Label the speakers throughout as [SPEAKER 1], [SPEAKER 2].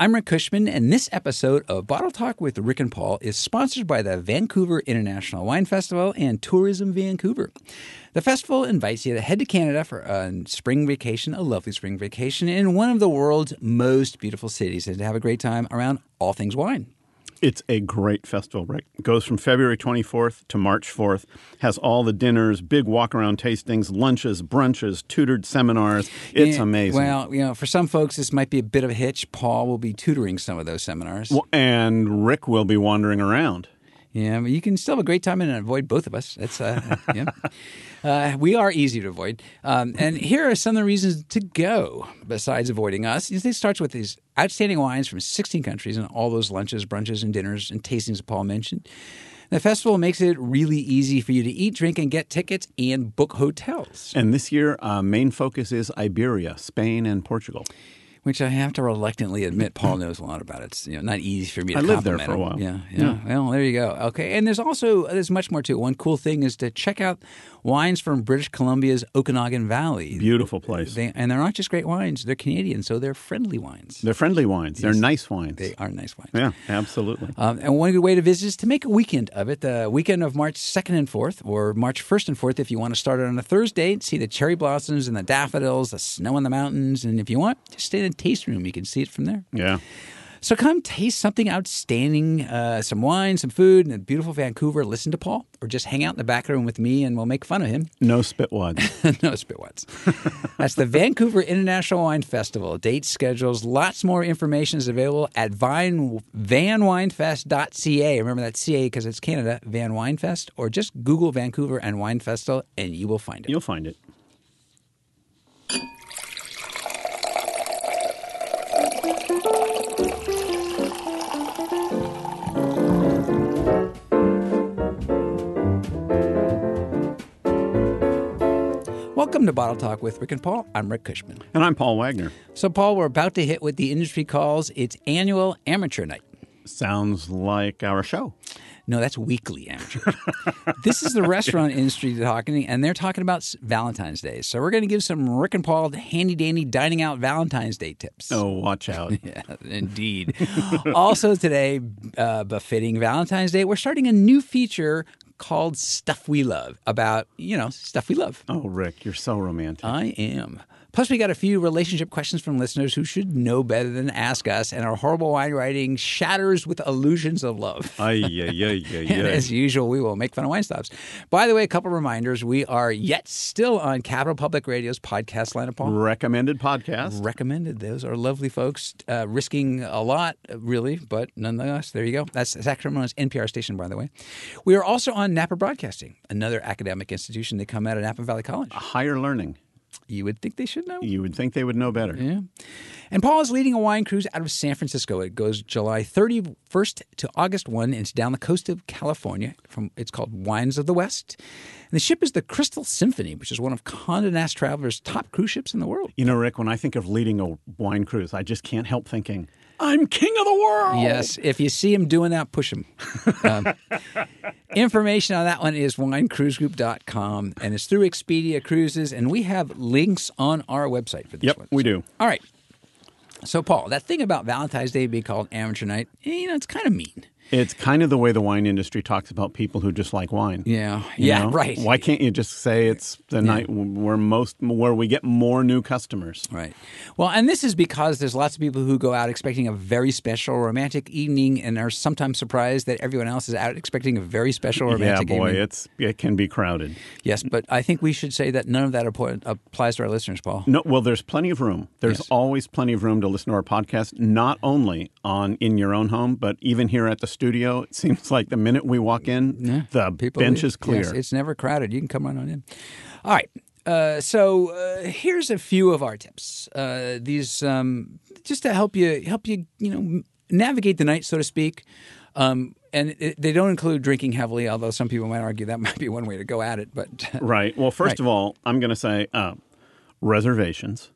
[SPEAKER 1] I'm Rick Cushman, and this episode of Bottle Talk with Rick and Paul is sponsored by the Vancouver International Wine Festival and Tourism Vancouver. The festival invites you to head to Canada for a spring vacation, a lovely spring vacation, in one of the world's most beautiful cities, and to have a great time around all things wine.
[SPEAKER 2] It's a great festival, Rick. It goes from February 24th to March 4th. Has all the dinners, big walk around tastings, lunches, brunches, tutored seminars. It's
[SPEAKER 1] Yeah,
[SPEAKER 2] amazing.
[SPEAKER 1] Well, you know, for some folks, this might be a bit of a hitch. Paul will be tutoring some of those seminars.
[SPEAKER 2] Well, and Rick will be wandering around.
[SPEAKER 1] Yeah, but you can still have a great time and avoid both of us. That's uh, yeah. Uh, we are easy to avoid. Um, and here are some of the reasons to go besides avoiding us. It starts with these outstanding wines from 16 countries and all those lunches, brunches, and dinners and tastings that Paul mentioned. The festival makes it really easy for you to eat, drink, and get tickets and book hotels,
[SPEAKER 2] And this year, uh, main focus is Iberia, Spain, and Portugal.
[SPEAKER 1] which I have to reluctantly admit Paul knows a lot about. It's you know not easy for me to
[SPEAKER 2] I lived there
[SPEAKER 1] compliment
[SPEAKER 2] for a
[SPEAKER 1] him.
[SPEAKER 2] while.
[SPEAKER 1] Yeah, yeah, Well, there you go. Okay, and there's also there's much more to it. One cool thing is to check out wines from British Columbia's Okanagan Valley.
[SPEAKER 2] Beautiful place.
[SPEAKER 1] They, and they're not just great wines; they're Canadian, so they're friendly wines.
[SPEAKER 2] They're friendly wines. They're nice wines.
[SPEAKER 1] They are nice wines.
[SPEAKER 2] yeah, absolutely.
[SPEAKER 1] Um, and one good way to visit is to make a weekend of it. The weekend of March 2nd and 4th, or March 1st and 4th, if you want to start it on a Thursday, see the cherry blossoms and the daffodils, the snow on the mountains. And if you want, just stay in the taste room. You can see it from there.
[SPEAKER 2] Yeah.
[SPEAKER 1] So come taste something outstanding, uh, some wine, some food, and beautiful Vancouver. Listen to Paul, or just hang out in the back room with me, and we'll make fun of him.
[SPEAKER 2] No spitwads.
[SPEAKER 1] no spitwads. That's the Vancouver International Wine Festival. Dates, schedules, lots more information is available at vine, vanwinefest.ca. Remember that CA because it's Canada, Van Winefest, or just Google Vancouver and Wine Festival, and you will find it.
[SPEAKER 2] You'll find it.
[SPEAKER 1] Welcome to Bottle Talk with Rick and Paul. I'm Rick Cushman.
[SPEAKER 2] And I'm Paul Wagner.
[SPEAKER 1] So, Paul, we're about to hit what the industry calls its annual amateur night.
[SPEAKER 2] Sounds like our show.
[SPEAKER 1] No, that's weekly amateur. this is the restaurant industry talking, and they're talking about s- Valentine's Day. So we're going to give some Rick and Paul handy dandy dining out Valentine's Day tips.
[SPEAKER 2] Oh, watch out.
[SPEAKER 1] Yeah, indeed. also today, uh, befitting Valentine's Day, we're starting a new feature called Stuff We Love about you know stuff we love.
[SPEAKER 2] Oh, Rick, you're so romantic.
[SPEAKER 1] I am. Plus, we got a few relationship questions from listeners who should know better than to ask us, and our horrible wine writing shatters with illusions of love.
[SPEAKER 2] Ay, yeah, yeah, yeah,
[SPEAKER 1] And as usual, we will make fun of wine stops. By the way, a couple reminders. We are yet still on Capital Public Radio's podcast line Paul.
[SPEAKER 2] Recommended podcast.
[SPEAKER 1] Recommended. Those are lovely folks, uh, risking a lot, really, but nonetheless, there you go. That's Sacramento's NPR station, by the way. We are also on Napa Broadcasting, another academic institution. They come out of Napa Valley College.
[SPEAKER 2] Higher learning.
[SPEAKER 1] You would think they should know.
[SPEAKER 2] You would think they would know better.
[SPEAKER 1] Yeah. And Paul is leading a wine cruise out of San Francisco. It goes July 31st to August 1, and it's down the coast of California. From It's called Wines of the West. And the ship is the Crystal Symphony, which is one of Condé Nast Traveler's top cruise ships in the world.
[SPEAKER 2] You know, Rick, when I think of leading a wine cruise, I just can't help thinking, I'm king of the world.
[SPEAKER 1] Yes, if you see him doing that, push him. Um, information on that one is winecruisegroup.com, and it's through Expedia Cruises, and we have links on our website for this
[SPEAKER 2] Yep,
[SPEAKER 1] one.
[SPEAKER 2] we do.
[SPEAKER 1] All right. So, Paul, that thing about Valentine's Day being called amateur night, eh, you know, it's kind of mean.
[SPEAKER 2] It's kind of the way the wine industry talks about people who just like wine.
[SPEAKER 1] Yeah.
[SPEAKER 2] you
[SPEAKER 1] yeah,
[SPEAKER 2] know?
[SPEAKER 1] right.
[SPEAKER 2] Why can't you just say it's the night where most where we get more new customers?
[SPEAKER 1] Right. Well, and this is because there's lots of people who go out expecting a very special romantic evening and are sometimes surprised that everyone else is out expecting a very special
[SPEAKER 2] Yeah,
[SPEAKER 1] romantic
[SPEAKER 2] boy,
[SPEAKER 1] evening.
[SPEAKER 2] it's it can be crowded.
[SPEAKER 1] Yes, but I think we should say that none of that appo- applies to our listeners, Paul.
[SPEAKER 2] No, well, there's plenty of room. There's
[SPEAKER 1] Yes.
[SPEAKER 2] always plenty of room to listen to our podcast, not only on in your own home, but even here at the studio. It seems like the minute we walk in, the bench
[SPEAKER 1] leave.
[SPEAKER 2] is clear.
[SPEAKER 1] Yes, it's never crowded. You can come right on in. All right. Uh, so uh, here's a few of our tips. Uh, these um, just to help you help you you know navigate the night, so to speak. Um, and it, they don't include drinking heavily, although some people might argue that might be one way to go at it. But
[SPEAKER 2] Right. Well, first
[SPEAKER 1] Right.
[SPEAKER 2] of all, I'm going to say uh, reservations.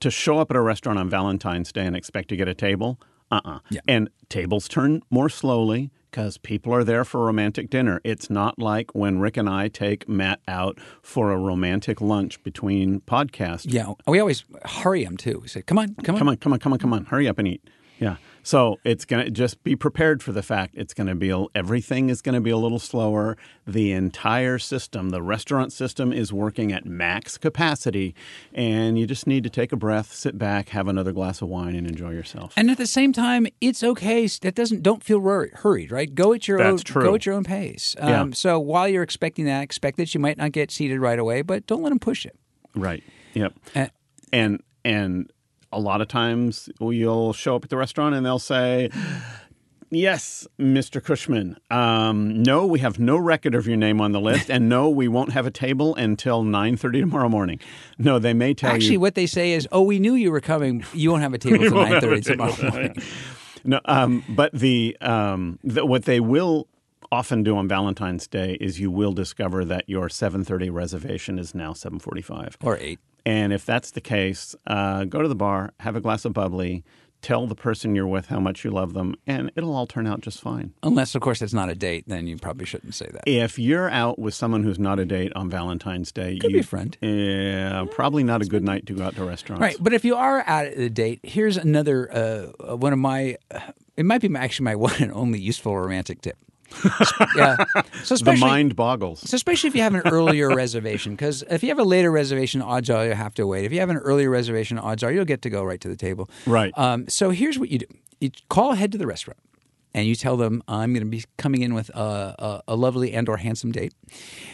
[SPEAKER 2] To show up at a restaurant on Valentine's Day and expect to get a table, uh uh And tables turn more slowly because people are there for a romantic dinner. It's not like when Rick and I take Matt out for a romantic lunch between podcasts.
[SPEAKER 1] yeah, we always hurry them too. We say, "Come on, come on,
[SPEAKER 2] Come on, come on, come on, come on. Hurry up and eat. Yeah. So it's going to just be prepared for the fact it's going to be a- everything is going to be a little slower. The entire system, the restaurant system is working at max capacity and you just need to take a breath, sit back, have another glass of wine and enjoy yourself.
[SPEAKER 1] And at the same time, it's okay. That doesn't don't feel wor- hurried, right? Go at your
[SPEAKER 2] That's
[SPEAKER 1] own
[SPEAKER 2] true.
[SPEAKER 1] go at your own pace. Um,
[SPEAKER 2] Yeah.
[SPEAKER 1] So while you're expecting that, expect that you might not get seated right away, but don't let them push it.
[SPEAKER 2] Right. Yep.
[SPEAKER 1] Uh,
[SPEAKER 2] and and a lot of times you'll show up at the restaurant and they'll say yes mr cushman um, no we have no record of your name on the list and no we won't have a table until 9.30 tomorrow morning no they may tell
[SPEAKER 1] Actually,
[SPEAKER 2] Oh, you
[SPEAKER 1] what they say is, "Oh, we knew you were coming. You won't have a table till nine
[SPEAKER 2] have a
[SPEAKER 1] thirty
[SPEAKER 2] table
[SPEAKER 1] tomorrow morning."
[SPEAKER 2] no, um, but the, um, the what they will often do on valentine's day is you will discover that your 7.30 reservation is now 7.45
[SPEAKER 1] or eight.
[SPEAKER 2] And if that's the case, uh, go to the bar, have a glass of bubbly, tell the person you're with how much you love them, and it'll all turn out just fine.
[SPEAKER 1] Unless, of course, it's not a date, then you probably shouldn't say that.
[SPEAKER 2] If you're out with someone who's not a date on Valentine's Day,
[SPEAKER 1] Could
[SPEAKER 2] you,
[SPEAKER 1] be a friend.
[SPEAKER 2] Yeah, probably not a good night to go out to restaurants.
[SPEAKER 1] Right, but if you are out at a date, here's another uh, uh, one of my. Uh, it might be my, actually my one and only useful romantic tip. yeah. So
[SPEAKER 2] The
[SPEAKER 1] especially,
[SPEAKER 2] mind boggles.
[SPEAKER 1] So especially if you have an earlier reservation, because if you have a later reservation, odds are you'll have to wait. If you have an earlier reservation, odds are you'll get to go right to the table.
[SPEAKER 2] Right.
[SPEAKER 1] Um, so here's what you do: you call ahead to the restaurant, and you tell them I'm going to be coming in with a, a, a lovely and or handsome date,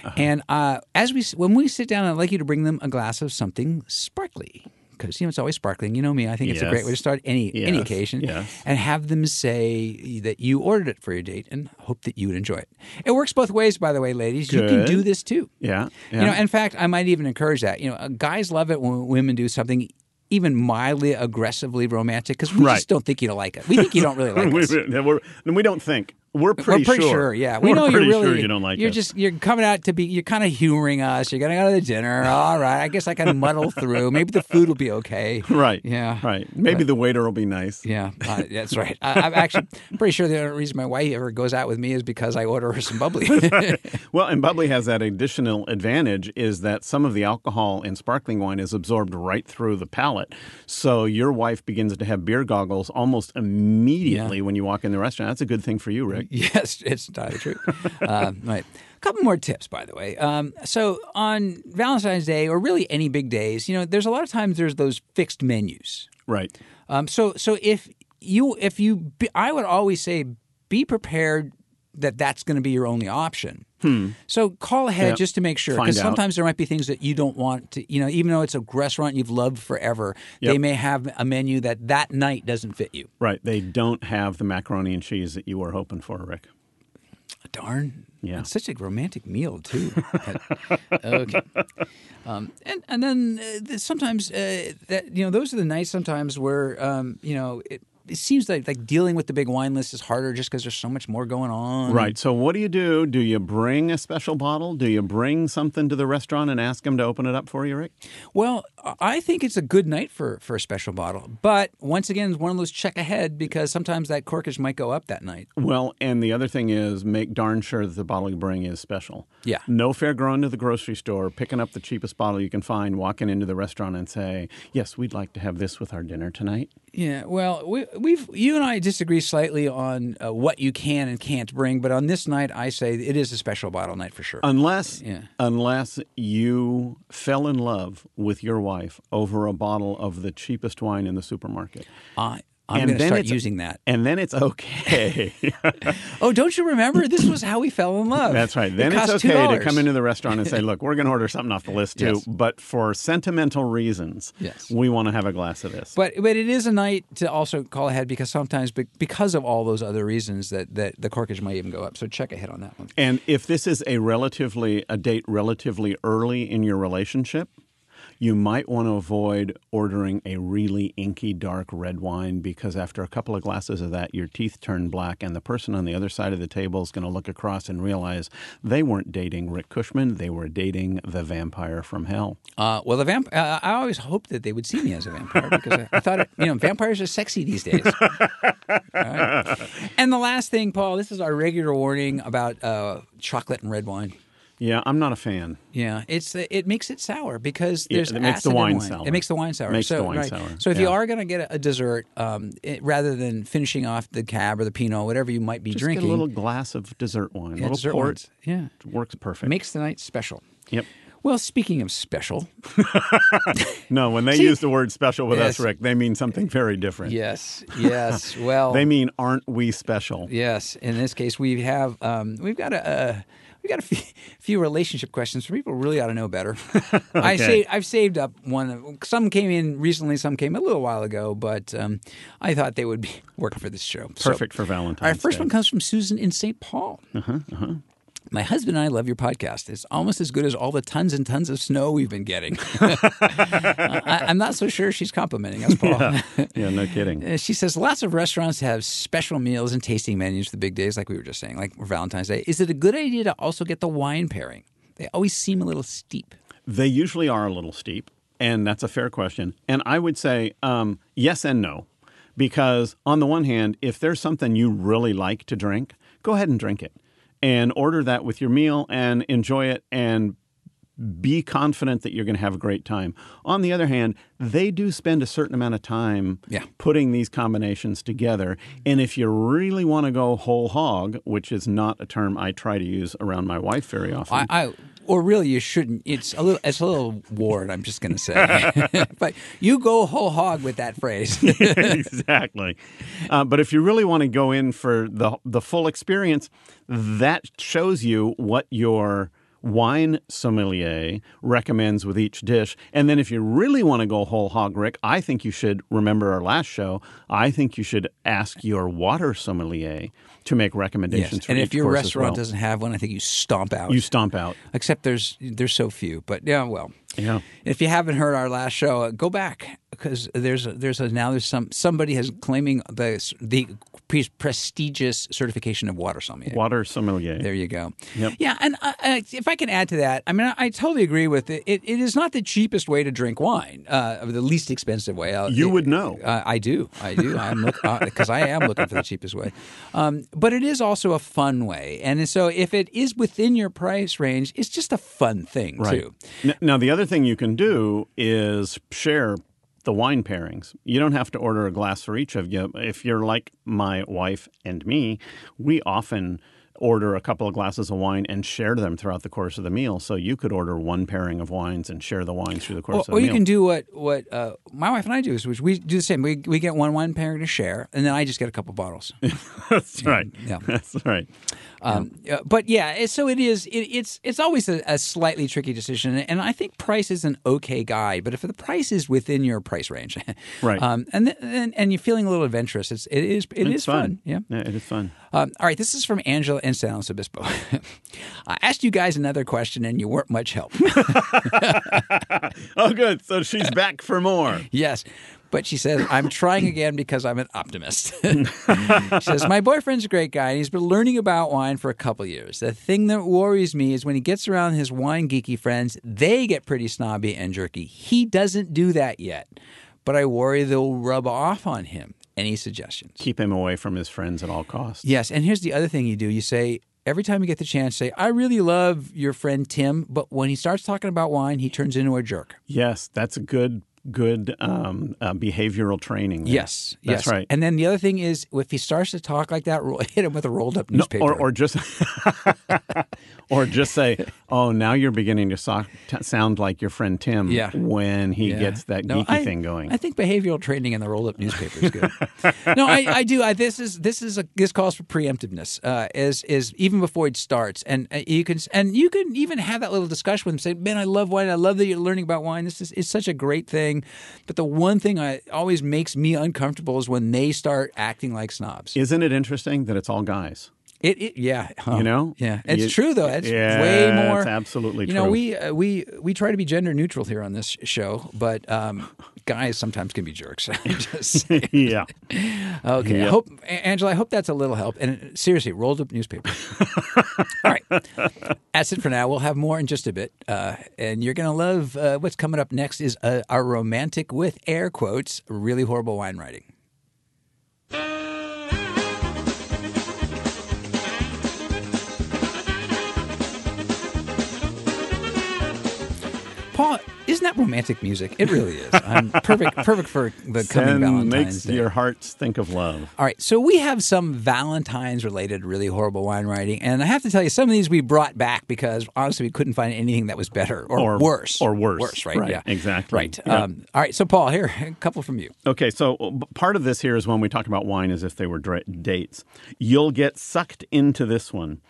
[SPEAKER 2] Uh-huh.
[SPEAKER 1] and uh, as we s- when we sit down, I'd like you to bring them a glass of something sparkly. Because you know it's always sparkling. You know me. I think it's a great
[SPEAKER 2] Yes.
[SPEAKER 1] way to start any any
[SPEAKER 2] Yes.
[SPEAKER 1] occasion
[SPEAKER 2] Yes.
[SPEAKER 1] and have them say that you ordered it for your date and hope that you would enjoy it. It works both ways, by the way, ladies. You can
[SPEAKER 2] Good.
[SPEAKER 1] do this too.
[SPEAKER 2] Yeah,
[SPEAKER 1] You know,
[SPEAKER 2] yeah.
[SPEAKER 1] in fact, I might even encourage that. You know, uh, guys love it when women do something even mildly aggressively romantic because we
[SPEAKER 2] Right.
[SPEAKER 1] just don't think you like it. We think you don't really like
[SPEAKER 2] we,
[SPEAKER 1] us.
[SPEAKER 2] we- we're- we don't think. We're pretty,
[SPEAKER 1] We're pretty sure. yeah. We
[SPEAKER 2] We're
[SPEAKER 1] know
[SPEAKER 2] pretty
[SPEAKER 1] you're really
[SPEAKER 2] sure you don't like
[SPEAKER 1] You're
[SPEAKER 2] us.
[SPEAKER 1] just you're coming out to be you're kind of humoring us. You're gonna go to the dinner. All right, I guess I can muddle through. Maybe the food will be okay.
[SPEAKER 2] Right.
[SPEAKER 1] Yeah.
[SPEAKER 2] Right. Maybe the waiter will be nice.
[SPEAKER 1] Yeah, uh, that's right. I, I'm actually pretty sure the only reason my wife ever goes out with me is because I order her some bubbly.
[SPEAKER 2] Well, and bubbly has that additional advantage is that some of the alcohol in sparkling wine is absorbed right through the palate. So your wife begins to have beer goggles almost immediately when you walk in the restaurant. That's a good thing for you, Rick.
[SPEAKER 1] yes, it's entirely true. Um, right. A couple more tips, by the way. Um, so on Valentine's Day, or really any big days, you know, there's a lot of times there's those fixed menus.
[SPEAKER 2] Right.
[SPEAKER 1] Um, so so if you if you be, I would always say be prepared that that's going to be your only option. So call ahead
[SPEAKER 2] Hmm. Yeah.
[SPEAKER 1] just to make sure
[SPEAKER 2] Find
[SPEAKER 1] because
[SPEAKER 2] out.
[SPEAKER 1] sometimes there might be things that you don't want to you know even though it's a restaurant you've loved forever they
[SPEAKER 2] Yep.
[SPEAKER 1] may have a menu that that night doesn't fit you.
[SPEAKER 2] Right. They don't have the macaroni and cheese that you were hoping for, Rick.
[SPEAKER 1] Darn.
[SPEAKER 2] Yeah.
[SPEAKER 1] It's such a romantic meal too. But- okay. Um, and and then uh, th- sometimes uh, that you know those are the nights sometimes where um, you know it, it seems like like dealing with the big wine list is harder just because there's so much more going on.
[SPEAKER 2] Right. So what do you do? Do you bring a special bottle? Do you bring something to the restaurant and ask them to open it up for you, Rick?
[SPEAKER 1] Well, I- I think it's a good night for for a special bottle, but once again, it's one of those check ahead because sometimes that corkage might go up that night.
[SPEAKER 2] Well, and the other thing is make darn sure that the bottle you bring is special.
[SPEAKER 1] Yeah.
[SPEAKER 2] No fair going to the grocery store, picking up the cheapest bottle you can find, walking into the restaurant and say, Yes, we'd like to have this with our dinner tonight.
[SPEAKER 1] Yeah, well, we, we've you and I disagree slightly on uh, what you can and can't bring, but on this night, I say it is a special bottle night for sure.
[SPEAKER 2] Unless
[SPEAKER 1] Yeah.
[SPEAKER 2] unless you fell in love with your wife over a bottle of the cheapest wine in the supermarket.
[SPEAKER 1] I, I'm
[SPEAKER 2] and
[SPEAKER 1] going to
[SPEAKER 2] then
[SPEAKER 1] start
[SPEAKER 2] it's-
[SPEAKER 1] using that.
[SPEAKER 2] And then it's okay.
[SPEAKER 1] Oh, don't you remember? This was how we fell in love.
[SPEAKER 2] That's right.
[SPEAKER 1] It
[SPEAKER 2] Then it's
[SPEAKER 1] cost
[SPEAKER 2] okay
[SPEAKER 1] $2.
[SPEAKER 2] to come into the restaurant and say, "Look, we're going to order something off the list too,
[SPEAKER 1] Yes.
[SPEAKER 2] but for sentimental reasons,
[SPEAKER 1] Yes.
[SPEAKER 2] we want to have a glass of this."
[SPEAKER 1] But but it is a night to also call ahead because sometimes be- because of all those other reasons that, that the corkage might even go up. So check ahead on that one.
[SPEAKER 2] And if this is a relatively a date relatively early in your relationship, you might want to avoid ordering a really inky dark red wine because after a couple of glasses of that your teeth turn black and the person on the other side of the table is going to look across and realize they weren't dating Rick Cushman, they were dating the vampire from hell.
[SPEAKER 1] Uh, well, the vamp- uh, I always hoped that they would see me as a vampire because I, I thought it, you know vampires are sexy these days. All right. And the last thing, Paul, this is our regular warning about uh, chocolate and red wine.
[SPEAKER 2] Yeah, I'm not a fan.
[SPEAKER 1] Yeah, it's it makes it sour because
[SPEAKER 2] Yeah,
[SPEAKER 1] there's
[SPEAKER 2] it makes
[SPEAKER 1] acid
[SPEAKER 2] the
[SPEAKER 1] in
[SPEAKER 2] wine
[SPEAKER 1] wine.
[SPEAKER 2] sour.
[SPEAKER 1] It makes the wine sour.
[SPEAKER 2] Makes
[SPEAKER 1] so,
[SPEAKER 2] the wine
[SPEAKER 1] right.
[SPEAKER 2] sour,
[SPEAKER 1] So if you
[SPEAKER 2] yeah.
[SPEAKER 1] are going to get a, a dessert, um, it, rather than finishing off the cab or the pinot, whatever you might be
[SPEAKER 2] Just
[SPEAKER 1] drinking,
[SPEAKER 2] get a little glass of dessert wine,
[SPEAKER 1] yeah,
[SPEAKER 2] a little
[SPEAKER 1] dessert
[SPEAKER 2] port.
[SPEAKER 1] wines. yeah,
[SPEAKER 2] Works perfect.
[SPEAKER 1] makes the night special.
[SPEAKER 2] yep.
[SPEAKER 1] Well, speaking of special,
[SPEAKER 2] No, when they use the word special with
[SPEAKER 1] Yes.
[SPEAKER 2] us, Rick, they mean something very different.
[SPEAKER 1] yes, yes. Well,
[SPEAKER 2] They mean, aren't we special?
[SPEAKER 1] Yes, in this case, we have um, we've got a. Uh, we got a few, few relationship questions for people who really ought to know better. I say I've saved up one. Some came in recently, some came a little while ago, but um, I thought they would be work for this show. So-
[SPEAKER 2] Perfect for Valentine's
[SPEAKER 1] Our first
[SPEAKER 2] Day. Uh-huh,
[SPEAKER 1] one comes from Susan in St. Paul. My husband and I love your podcast. It's almost as good as all the tons and tons of snow we've been getting. I, I'm not so sure she's complimenting us, Paul.
[SPEAKER 2] yeah, no kidding.
[SPEAKER 1] Uh, She says lots of restaurants have special meals and tasting menus for the big days, like we were just saying, like Valentine's Day. Is it a good idea to also get the wine pairing? They always seem a little steep.
[SPEAKER 2] They usually are a little steep, and that's a fair question. And I would say um, yes and no, because on the one hand, if there's something you really like to drink, go ahead and drink it and order that with your meal and enjoy it and be confident that you're going to have a great time. On the other hand, they do spend a certain amount of time
[SPEAKER 1] Yeah.
[SPEAKER 2] putting these combinations together. And if you really want to go whole hog, which is not a term I try to use around my wife very often,
[SPEAKER 1] I, I or really you shouldn't. It's a little it's a little ward. I'm just going to say, but you go whole hog with that phrase.
[SPEAKER 2] exactly. Uh, but if you really want to go in for the the full experience, that shows you what your wine sommelier recommends with each dish. And then if you really want to go whole hog, Rick, I think you should remember our last show. I think you should ask your water sommelier to make recommendations.
[SPEAKER 1] Yes.
[SPEAKER 2] for
[SPEAKER 1] And
[SPEAKER 2] each
[SPEAKER 1] if your
[SPEAKER 2] course as
[SPEAKER 1] restaurant
[SPEAKER 2] well.
[SPEAKER 1] doesn't have one, I think you stomp out.
[SPEAKER 2] you stomp out.
[SPEAKER 1] Except there's there's so few. But yeah, well,
[SPEAKER 2] Yeah.
[SPEAKER 1] If you haven't heard our last show, uh, go back because there's a, there's a, now there's some somebody has claiming the the pre- prestigious certification of water sommelier.
[SPEAKER 2] Water sommelier.
[SPEAKER 1] There you go.
[SPEAKER 2] Yep.
[SPEAKER 1] Yeah, and uh, uh, if I can add to that, I mean, I, I totally agree with it. it. It is not the cheapest way to drink wine, uh, or the least expensive way. Uh,
[SPEAKER 2] You
[SPEAKER 1] it-
[SPEAKER 2] would know.
[SPEAKER 1] Uh, I do. I do. I'm because I am looking for the cheapest way. Um, but it is also a fun way, and so if it is within your price range, it's just a fun thing too.
[SPEAKER 2] N- Now, the other thing you can do is share the wine pairings. You don't have to order a glass for each of you. If you're like my wife and me, we often order a couple of glasses of wine and share them throughout the course of the meal. So you could order one pairing of wines and share the wines through the course
[SPEAKER 1] Or,
[SPEAKER 2] of the
[SPEAKER 1] or you
[SPEAKER 2] meal.
[SPEAKER 1] can do what what uh, my wife and I do is which we do the same. We we get one wine pairing to share, and then I just get a couple bottles.
[SPEAKER 2] That's right.
[SPEAKER 1] Yeah.
[SPEAKER 2] That's right.
[SPEAKER 1] Um, uh, But yeah, it- so it is. It, it's it's always a, a slightly tricky decision, and I think price is an okay guide. But if the price is within your price range,
[SPEAKER 2] Right.
[SPEAKER 1] um, and, th- and and you're feeling a little adventurous, it's it is it
[SPEAKER 2] It's
[SPEAKER 1] is fun. Yeah.
[SPEAKER 2] It is fun.
[SPEAKER 1] Um, all right, this is from Angela in San Luis Obispo. I asked you guys another question, and you weren't much help.
[SPEAKER 2] Oh, good. So she's back for more.
[SPEAKER 1] Yes. But she says, I'm trying again because I'm an optimist. she says, My boyfriend's a great guy and he's been learning about wine for a couple years. The thing that worries me is when he gets around his wine geeky friends, they get pretty snobby and jerky. He doesn't do that yet, but I worry they'll rub off on him. Any suggestions?
[SPEAKER 2] Keep him away from his friends at all costs.
[SPEAKER 1] Yes. And here's the other thing you do you say, Every time you get the chance, say, I really love your friend Tim, but when he starts talking about wine, he turns into a jerk.
[SPEAKER 2] Yes, that's a good good um, uh, behavioral training. there.
[SPEAKER 1] Yes, yes.
[SPEAKER 2] that's right.
[SPEAKER 1] And then the other thing is, if he starts to talk like that, roll- hit him with a rolled up
[SPEAKER 2] No,
[SPEAKER 1] newspaper.
[SPEAKER 2] or, or just or just say, oh, now you're beginning to so- t- sound like your friend Tim
[SPEAKER 1] Yeah.
[SPEAKER 2] when he
[SPEAKER 1] Yeah.
[SPEAKER 2] gets that
[SPEAKER 1] No,
[SPEAKER 2] geeky
[SPEAKER 1] I-
[SPEAKER 2] thing going.
[SPEAKER 1] I think behavioral training in the rolled up newspaper is good. no, I, I do. I, this is this is a this calls for preemptiveness. Uh, is is even before it starts, and uh, you can and you can even have that little discussion with him. Say, man, I love wine. I love that you're learning about wine. This is it's such a great thing. But the one thing I always makes me uncomfortable is when they start acting like snobs.
[SPEAKER 2] Isn't it interesting that it's all guys?
[SPEAKER 1] It, it yeah,
[SPEAKER 2] You know?
[SPEAKER 1] yeah, it's
[SPEAKER 2] You-
[SPEAKER 1] true though. It's
[SPEAKER 2] Yeah,
[SPEAKER 1] way more.
[SPEAKER 2] it's absolutely
[SPEAKER 1] You know,
[SPEAKER 2] true.
[SPEAKER 1] we uh, we we try to be gender neutral here on this show, but um, guys sometimes can be jerks. I'm just saying.
[SPEAKER 2] yeah.
[SPEAKER 1] okay, I
[SPEAKER 2] Yep.
[SPEAKER 1] hope A- Angela, I hope that's a little help. And uh, seriously, rolled up newspaper. All right, that's it for now. We'll have more in just a bit, uh, and you're gonna love uh, what's coming up next. Is uh, our romantic with air quotes really horrible wine writing. romantic music. It really is. I'm perfect, perfect for the coming
[SPEAKER 2] Send
[SPEAKER 1] Valentine's
[SPEAKER 2] makes
[SPEAKER 1] Day.
[SPEAKER 2] your hearts think of love.
[SPEAKER 1] All right, so we have some Valentine's related really horrible wine writing, and I have to tell you, some of these we brought back because honestly, we couldn't find anything that was better or,
[SPEAKER 2] Or-
[SPEAKER 1] worse
[SPEAKER 2] or worse.
[SPEAKER 1] Worse, right?
[SPEAKER 2] Right,
[SPEAKER 1] yeah,
[SPEAKER 2] exactly.
[SPEAKER 1] Right.
[SPEAKER 2] Yeah.
[SPEAKER 1] Um, all right, so Paul, here a couple from you.
[SPEAKER 2] Okay, so uh, b- part of this here is when we talk about wine as if they were dra- dates. You'll get sucked into this one.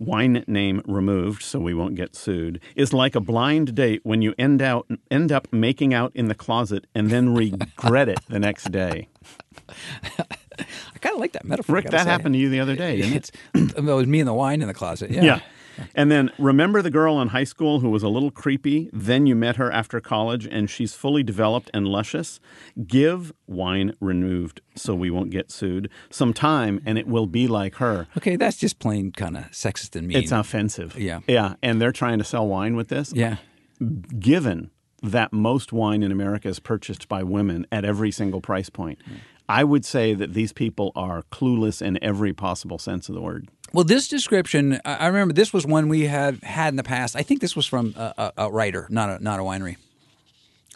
[SPEAKER 2] Wine name removed, so we won't get sued. Is like a blind date when you end out end up making out in the closet and then regret it the next day.
[SPEAKER 1] I kind of like that metaphor.
[SPEAKER 2] Rick,
[SPEAKER 1] I
[SPEAKER 2] that
[SPEAKER 1] gotta say.
[SPEAKER 2] happened to you the other day, didn't it?
[SPEAKER 1] It's um, it was me and the wine in the closet. Yeah.
[SPEAKER 2] Yeah. And then remember the girl in high school who was a little creepy? Then you met her after college and she's fully developed and luscious. Give wine removed so we won't get sued some time and it will be like her.
[SPEAKER 1] Okay, that's just plain kind of sexist and mean.
[SPEAKER 2] It's offensive.
[SPEAKER 1] Yeah.
[SPEAKER 2] Yeah. And they're trying to sell wine with this.
[SPEAKER 1] yeah.
[SPEAKER 2] Given that most wine in America is purchased by women at every single price point, I would say that these people are clueless in every possible sense of the word.
[SPEAKER 1] Well, this description, I I remember this was one we had had in the past. I think this was from a, a, a writer, not a not a winery.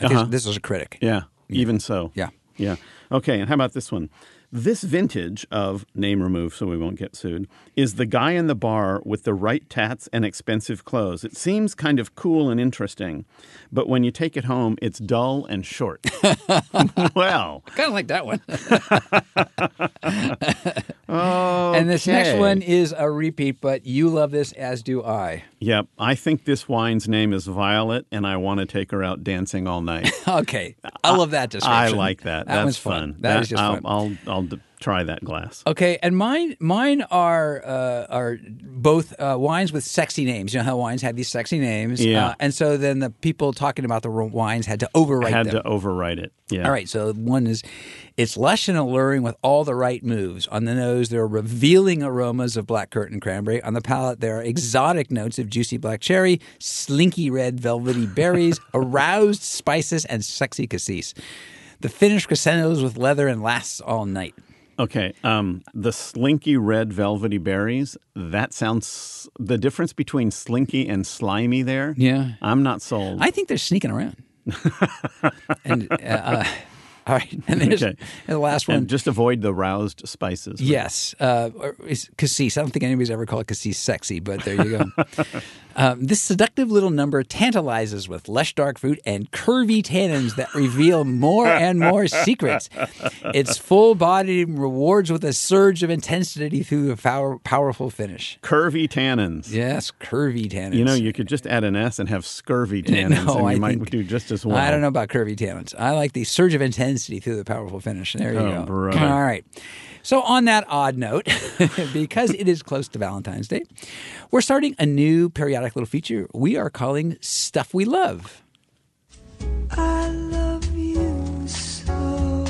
[SPEAKER 1] I think This was a critic.
[SPEAKER 2] Uh-huh. Yeah, even so.
[SPEAKER 1] Yeah.
[SPEAKER 2] Yeah. Okay, and how about this one? This vintage of name removed so we won't get sued is the guy in the bar with the right tats and expensive clothes. It seems kind of cool and interesting, but when you take it home, it's dull and short. well,
[SPEAKER 1] Kind of like that one.
[SPEAKER 2] okay.
[SPEAKER 1] And this next one is a repeat, but you love this as do I.
[SPEAKER 2] Yep, I think this wine's name is Violet, and I want to take her out dancing all night.
[SPEAKER 1] Okay, I love that description.
[SPEAKER 2] I like that.
[SPEAKER 1] That
[SPEAKER 2] That's
[SPEAKER 1] one's
[SPEAKER 2] fun. um,
[SPEAKER 1] fun. That is just
[SPEAKER 2] I'll,
[SPEAKER 1] fun.
[SPEAKER 2] I'll I'll d- try that glass.
[SPEAKER 1] Okay, and mine mine are uh, are both uh, wines with sexy names. You know how wines have these sexy names,
[SPEAKER 2] Yeah.
[SPEAKER 1] Uh, and so then the people talking about the ro- wines had to overwrite
[SPEAKER 2] had
[SPEAKER 1] them.
[SPEAKER 2] to overwrite it. Yeah.
[SPEAKER 1] All right, so one is it's lush and alluring with all the right moves. On the nose, there are revealing aromas of black currant and cranberry. On the palate, there are exotic notes of juicy black cherry, slinky red velvety berries, aroused spices, and sexy cassis. The finish crescendos with leather and lasts all night.
[SPEAKER 2] Okay. Um, the slinky red velvety berries. That sounds the difference between slinky and slimy. There.
[SPEAKER 1] Yeah.
[SPEAKER 2] I'm not sold.
[SPEAKER 1] I think they're sneaking around. and uh, uh, all right, and, there's-
[SPEAKER 2] Okay.
[SPEAKER 1] and the last one.
[SPEAKER 2] and just avoid the roused spices.
[SPEAKER 1] Yes, uh, or is cassis. I don't think anybody's ever called cassis sexy, but there you go. um, this seductive little number tantalizes with lush dark fruit and curvy tannins that reveal more and more secrets. Its full body rewards with a surge of intensity through a power, powerful finish.
[SPEAKER 2] Curvy tannins.
[SPEAKER 1] Yes, curvy tannins.
[SPEAKER 2] You know, you could just add an S and have scurvy tannins,
[SPEAKER 1] No,
[SPEAKER 2] and you
[SPEAKER 1] I
[SPEAKER 2] might
[SPEAKER 1] think-
[SPEAKER 2] do just as well.
[SPEAKER 1] I don't know about curvy tannins. I like the surge of intensity through the powerful finish. There you
[SPEAKER 2] Oh,
[SPEAKER 1] go.
[SPEAKER 2] brother.
[SPEAKER 1] All right. So, on that odd note, because it is close to Valentine's Day, we're starting a new periodic little feature we are calling Stuff We Love.
[SPEAKER 3] I love you so.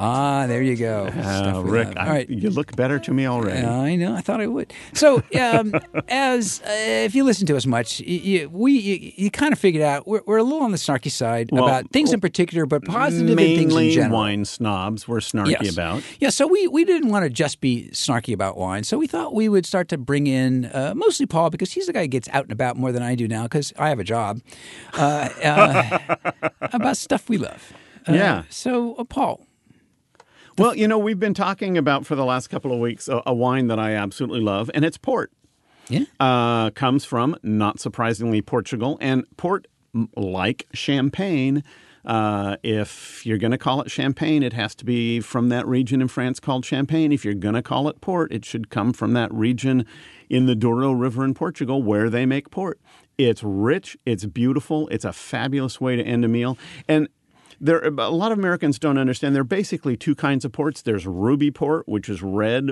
[SPEAKER 1] Ah, there you go.
[SPEAKER 2] Uh,
[SPEAKER 1] Stuff We
[SPEAKER 2] Rick,
[SPEAKER 1] Love.
[SPEAKER 2] I,
[SPEAKER 1] All right.
[SPEAKER 2] you look better to me already.
[SPEAKER 1] I know. I thought I would. So, um, as uh, if you listen to us much, you, you, we you, you kind of figured out we're, we're a little on the snarky side
[SPEAKER 2] Well,
[SPEAKER 1] about things in particular, but positive and things in
[SPEAKER 2] Mainly
[SPEAKER 1] general.
[SPEAKER 2] wine snobs we're snarky
[SPEAKER 1] yes.
[SPEAKER 2] about.
[SPEAKER 1] Yeah, so we, we didn't want to just be snarky about wine. So we thought we would start to bring in uh, mostly Paul because he's the guy who gets out and about more than I do now because I have a job uh, uh, about stuff we love. Uh,
[SPEAKER 2] Yeah.
[SPEAKER 1] So, uh, Paul.
[SPEAKER 2] Well, you know, we've been talking about for the last couple of weeks a, a wine that I absolutely love, and it's port.
[SPEAKER 1] Yeah.
[SPEAKER 2] uh, comes from, not surprisingly, Portugal. And port, m- like champagne, uh, if you're going to call it champagne, it has to be from that region in France called Champagne. If you're going to call it port, it should come from that region in the Douro River in Portugal where they make port. It's rich, it's beautiful, it's a fabulous way to end a meal. And there a lot of Americans don't understand. There are basically two kinds of ports. There's ruby port, which is red,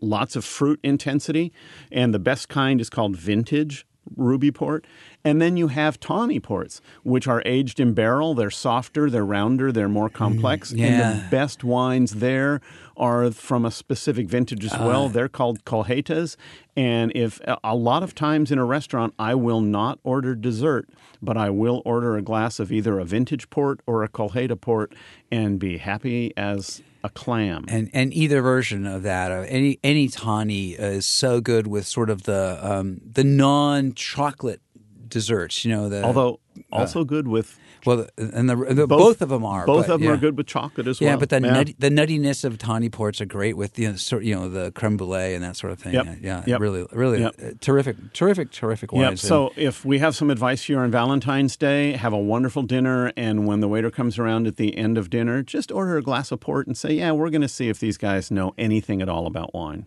[SPEAKER 2] lots of fruit intensity, and the best kind is called vintage ruby port. And then you have tawny ports, which are aged in barrel. They're softer, they're rounder, they're more complex. And
[SPEAKER 1] yeah.
[SPEAKER 2] the best wines there are from a specific vintage as
[SPEAKER 1] Ah.
[SPEAKER 2] well. They're called colhetas. And if a- a lot of times in a restaurant, I will not order dessert, but I will order a glass of either a vintage port or a colheta port and be happy as a clam.
[SPEAKER 1] and and either version of that, uh, any any tawny uh, is so good with sort of the um, the non chocolate desserts. You know, the
[SPEAKER 2] Although also good with
[SPEAKER 1] well, and the, the uh, both, of them are
[SPEAKER 2] Both
[SPEAKER 1] but,
[SPEAKER 2] of them
[SPEAKER 1] yeah.
[SPEAKER 2] are good with chocolate as well.
[SPEAKER 1] Yeah, but the nutty, the nuttiness of tawny ports are great with you know, sort, you know the creme brulee and that sort of thing.
[SPEAKER 2] Yep.
[SPEAKER 1] Yeah, Yeah,
[SPEAKER 2] Yep.
[SPEAKER 1] really, really
[SPEAKER 2] Yep.
[SPEAKER 1] uh, terrific, terrific, terrific
[SPEAKER 2] Yep.
[SPEAKER 1] wines.
[SPEAKER 2] So if we have some advice here on Valentine's Day, have a wonderful dinner, and when the waiter comes around at the end of dinner, just order a glass of port and say, "Yeah, we're going to see if these guys know anything at all about wine."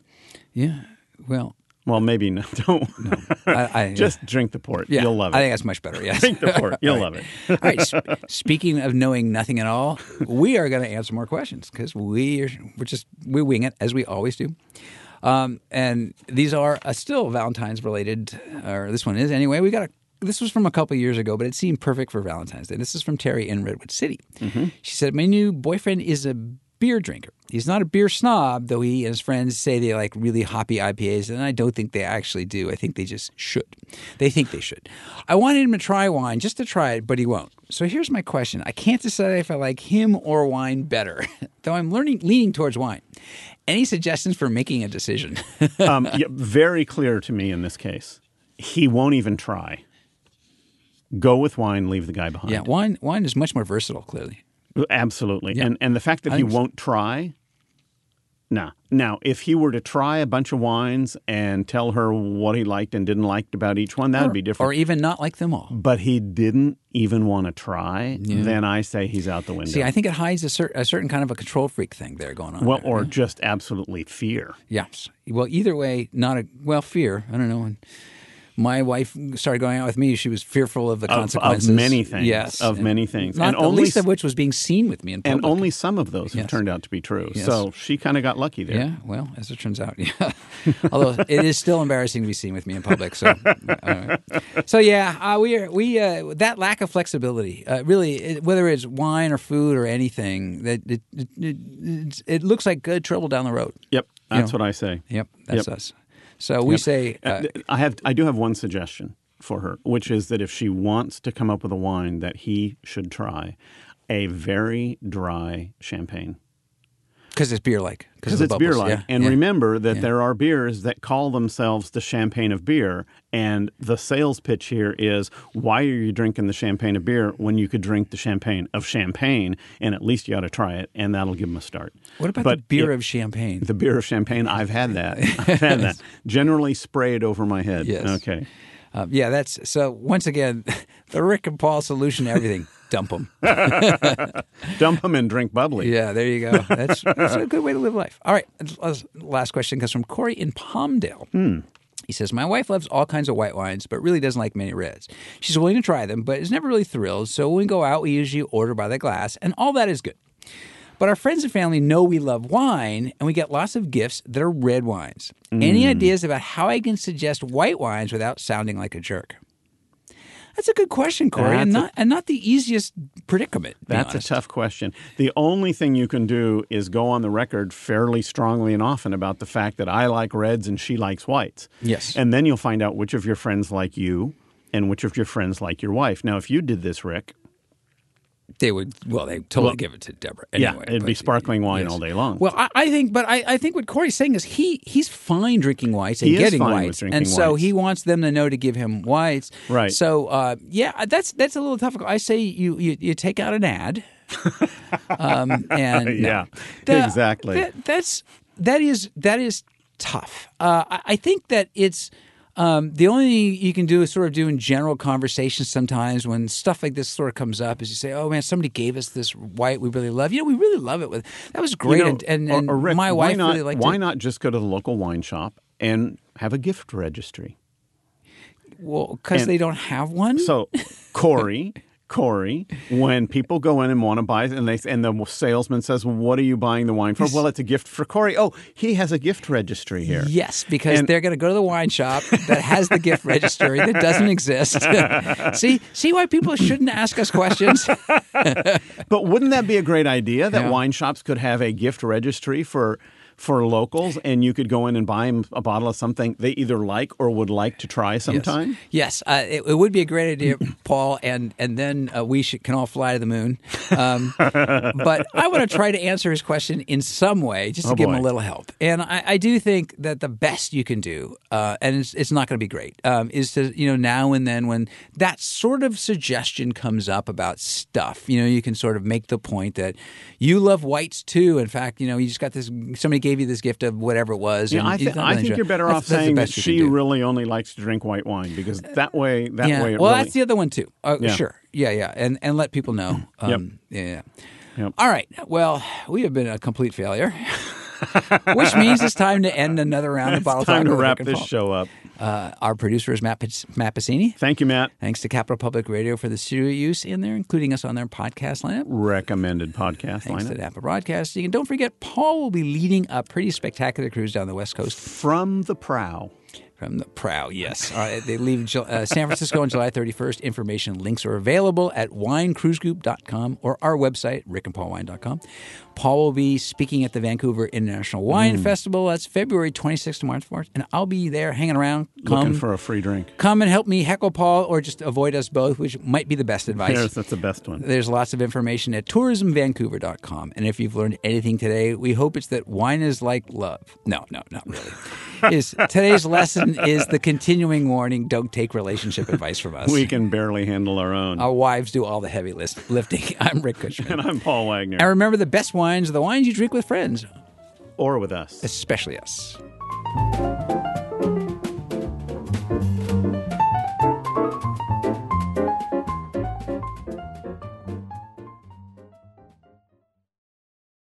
[SPEAKER 1] yeah, well,
[SPEAKER 2] Well, maybe not. Don't
[SPEAKER 1] I, I
[SPEAKER 2] just drink the port.
[SPEAKER 1] yeah,
[SPEAKER 2] You'll love it.
[SPEAKER 1] I think that's much better. Yes.
[SPEAKER 2] drink the port. You'll love it.
[SPEAKER 1] all right. sp- speaking of knowing nothing at all, we are going to answer more questions because we are we're just we wing it as we always do. Um, and these are uh, still Valentine's related, or this one is anyway. We got a, this was from a couple years ago, but it seemed perfect for Valentine's Day. This is from Terry in Redwood City. She said, "My new boyfriend is a beer drinker. He's not a beer snob, though. He and his friends say they like really hoppy IPAs, and I don't think they actually do. I think they just should. They think they should. I wanted him to try wine just to try it, but he won't. So here's my question: I can't decide if I like him or wine better, though. I'm learning leaning towards wine." Any suggestions for making a decision?
[SPEAKER 2] Um, yeah, very clear to me in this case. He won't even try. Go with wine. Leave the guy behind.
[SPEAKER 1] yeah, wine wine is much more versatile, clearly.
[SPEAKER 2] Absolutely. And and the fact that
[SPEAKER 1] I
[SPEAKER 2] he
[SPEAKER 1] think so.
[SPEAKER 2] won't try. Nah. Now, if he were to try a bunch of wines and tell her what he liked and didn't like about each one, that'd be different.
[SPEAKER 1] Or even not like them all.
[SPEAKER 2] but he didn't even want to try, then I say he's out the window.
[SPEAKER 1] See, I think it hides a, cer- a certain kind of a control freak thing there going on.
[SPEAKER 2] well,
[SPEAKER 1] there.
[SPEAKER 2] or just absolutely fear.
[SPEAKER 1] yes. Well, either way, not a well fear. I don't know. When my wife started going out with me, she was fearful of the
[SPEAKER 2] Of,
[SPEAKER 1] consequences
[SPEAKER 2] of many things.
[SPEAKER 1] Yes,
[SPEAKER 2] Of
[SPEAKER 1] And
[SPEAKER 2] many things.
[SPEAKER 1] Not
[SPEAKER 2] and
[SPEAKER 1] the
[SPEAKER 2] only
[SPEAKER 1] least
[SPEAKER 2] s-
[SPEAKER 1] of which was being seen with me in public.
[SPEAKER 2] and only some of those have
[SPEAKER 1] Yes.
[SPEAKER 2] turned out to be true.
[SPEAKER 1] Yes.
[SPEAKER 2] So she kind of got lucky there.
[SPEAKER 1] Yeah, well, as it turns out, yeah. Although it is still embarrassing to be seen with me in public. So, uh, so yeah, uh, we are, we uh, that lack of flexibility, uh, really, it, whether it's wine or food or anything, that it it, it, it's- it looks like good trouble down the road.
[SPEAKER 2] Yep,
[SPEAKER 1] You
[SPEAKER 2] that's
[SPEAKER 1] know.
[SPEAKER 2] what I say.
[SPEAKER 1] Yep, that's
[SPEAKER 2] Yep.
[SPEAKER 1] us. So we
[SPEAKER 2] Yep.
[SPEAKER 1] say,
[SPEAKER 2] Uh,
[SPEAKER 1] uh,
[SPEAKER 2] th- I have I do have one suggestion for her, which is that if she wants to come up with a wine that he should try, a very dry champagne
[SPEAKER 1] because it's beer like,
[SPEAKER 2] because it's beer like. and remember that
[SPEAKER 1] Yeah.
[SPEAKER 2] there are beers that call themselves the champagne of beer, and the sales pitch here is why are you drinking the champagne of beer when you could drink the champagne of champagne, and at least you ought to try it, and that'll give them a start.
[SPEAKER 1] what about
[SPEAKER 2] But
[SPEAKER 1] the beer
[SPEAKER 2] it-
[SPEAKER 1] of champagne?
[SPEAKER 2] the beer of champagne. I've had that. I've had that. Generally sprayed over my head.
[SPEAKER 1] Yes.
[SPEAKER 2] Okay.
[SPEAKER 1] Uh, yeah, that's so. Once again, the Rick and Paul solution to everything: dump them.
[SPEAKER 2] Dump them and drink bubbly.
[SPEAKER 1] Yeah, there you go. That's, that's a good way to live life. All right. Last- Last question comes from Corey in Palmdale.
[SPEAKER 2] Hmm.
[SPEAKER 1] He says, My wife loves all kinds of white wines, but really doesn't like many reds. She's willing to try them, but is never really thrilled. So when we go out, we usually order by the glass, and all that is good. But our friends and family know we love wine, and we get lots of gifts that are red wines. Any
[SPEAKER 2] Hmm.
[SPEAKER 1] ideas about how I can suggest white wines without sounding like a jerk? That's a good question, Corey, and
[SPEAKER 2] That's a-
[SPEAKER 1] not and not the easiest predicament. to be
[SPEAKER 2] That's a
[SPEAKER 1] honest.
[SPEAKER 2] tough question. The only thing you can do is go on the record fairly strongly and often about the fact that I like reds and she likes whites.
[SPEAKER 1] Yes.
[SPEAKER 2] And then you'll find out which of your friends like you and which of your friends like your wife. Now, if you did this, Rick,
[SPEAKER 1] They would. Well, they totally give it to Deborah. Anyway,
[SPEAKER 2] yeah, it'd
[SPEAKER 1] but-
[SPEAKER 2] be sparkling wine all day long.
[SPEAKER 1] Well, I, I think, but I, I think what Corey's saying is he he's fine drinking whites and
[SPEAKER 2] He is
[SPEAKER 1] getting
[SPEAKER 2] fine with
[SPEAKER 1] whites,
[SPEAKER 2] drinking
[SPEAKER 1] and so
[SPEAKER 2] whites.
[SPEAKER 1] he wants them to know to give him whites.
[SPEAKER 2] Right.
[SPEAKER 1] So, uh, yeah, that's that's a little tough. I say you you, you take out an ad. um, and no.
[SPEAKER 2] Yeah, exactly.
[SPEAKER 1] that- that's that is that is tough. Uh, I, I think that it's. Um, the only thing you can do is sort of do in general conversations sometimes when stuff like this sort of comes up is you say, "Oh man, somebody gave us this white we really love. You know, we really love it. With that was
[SPEAKER 2] You
[SPEAKER 1] great,
[SPEAKER 2] know,
[SPEAKER 1] and, and,
[SPEAKER 2] or-
[SPEAKER 1] and
[SPEAKER 2] or Rick,
[SPEAKER 1] my
[SPEAKER 2] why
[SPEAKER 1] wife
[SPEAKER 2] not,
[SPEAKER 1] really liked
[SPEAKER 2] Why
[SPEAKER 1] it.
[SPEAKER 2] not just go to the local wine shop and have a gift registry?
[SPEAKER 1] Well, because
[SPEAKER 2] And-
[SPEAKER 1] they don't have one.
[SPEAKER 2] So, Corey, Corey, when people go in and want to buy, and they and the salesman says, well, "What are you buying the wine for?" Well, it's a gift for Corey. Oh, he has a gift registry here.
[SPEAKER 1] Yes, because
[SPEAKER 2] And-
[SPEAKER 1] they're going to go to the wine shop that has the gift registry that doesn't exist. see, see why people shouldn't ask us questions.
[SPEAKER 2] But wouldn't that be a great idea that
[SPEAKER 1] Yeah.
[SPEAKER 2] wine shops could have a gift registry for for locals, and you could go in and buy them a bottle of something they either like or would like to try sometime?
[SPEAKER 1] Yes, uh, it, it would be a great idea, Paul, and and then uh, we should, can all fly to the moon. Um, but I want to try to answer his question in some way, just to
[SPEAKER 2] Oh,
[SPEAKER 1] give him a
[SPEAKER 2] boy.
[SPEAKER 1] little help. And I, I do think that the best you can do, uh, and it's, it's not going to be great, um, is to you know now and then when that sort of suggestion comes up about stuff, you know, you can sort of make the point that you love whites too. In fact, you know, you just got this. Somebody gave you this gift of whatever it was.
[SPEAKER 2] Yeah,
[SPEAKER 1] and
[SPEAKER 2] I,
[SPEAKER 1] you
[SPEAKER 2] th-
[SPEAKER 1] thought
[SPEAKER 2] I
[SPEAKER 1] really
[SPEAKER 2] think
[SPEAKER 1] enjoyed
[SPEAKER 2] you're
[SPEAKER 1] it.
[SPEAKER 2] better
[SPEAKER 1] That's-
[SPEAKER 2] off
[SPEAKER 1] that's the
[SPEAKER 2] saying that
[SPEAKER 1] best you can
[SPEAKER 2] she
[SPEAKER 1] do. Uh,
[SPEAKER 2] really only likes to drink white wine because that way, that
[SPEAKER 1] yeah.
[SPEAKER 2] way, it
[SPEAKER 1] well,
[SPEAKER 2] really,
[SPEAKER 1] that's the other one too. Uh,
[SPEAKER 2] Yeah.
[SPEAKER 1] Sure. Yeah, yeah, and and let people know. Um, Yeah.
[SPEAKER 2] Yep.
[SPEAKER 1] All right. Well, we have been a complete failure, which means it's time to end another round of bottle
[SPEAKER 2] it's time
[SPEAKER 1] talk.
[SPEAKER 2] to
[SPEAKER 1] with
[SPEAKER 2] wrap
[SPEAKER 1] Rick and
[SPEAKER 2] this
[SPEAKER 1] Paul.
[SPEAKER 2] show up.
[SPEAKER 1] Uh, our producer is Matt, Piz- Matt Pacini.
[SPEAKER 2] Thank you, Matt.
[SPEAKER 1] Thanks to Capital Public Radio for the studio use in there, including us on their podcast lineup.
[SPEAKER 2] Recommended podcast
[SPEAKER 1] Thanks to
[SPEAKER 2] lineup
[SPEAKER 1] Napa Broadcasting. And don't forget, Paul will be leading a pretty spectacular cruise down the West Coast
[SPEAKER 2] from the prow.
[SPEAKER 1] From the prow, yes. All right, they leave Ju- uh, San Francisco on July 31st. Information links are available at winecruisegroup.com or our website, rickandpaulwine.com. Paul will be speaking at the Vancouver International Wine
[SPEAKER 2] Mm.
[SPEAKER 1] Festival. That's February 26th to March 4th. And I'll be there hanging around. Come,
[SPEAKER 2] Looking for a free drink.
[SPEAKER 1] come and help me heckle Paul or just avoid us both, which might be the best advice.
[SPEAKER 2] There's, that's the best one.
[SPEAKER 1] There's lots of information at tourismvancouver.com. And if you've learned anything today, we hope it's that wine is like love. No, no, not really. is today's lesson is the continuing warning: don't take relationship advice from us.
[SPEAKER 2] We can barely handle our own.
[SPEAKER 1] Our wives do all the heavy list lifting. I'm Rick Cushman.
[SPEAKER 2] and I'm Paul Wagner.
[SPEAKER 1] And remember, the best wines are the wines you drink with friends,
[SPEAKER 2] or with us.
[SPEAKER 1] especially us.
[SPEAKER 3] I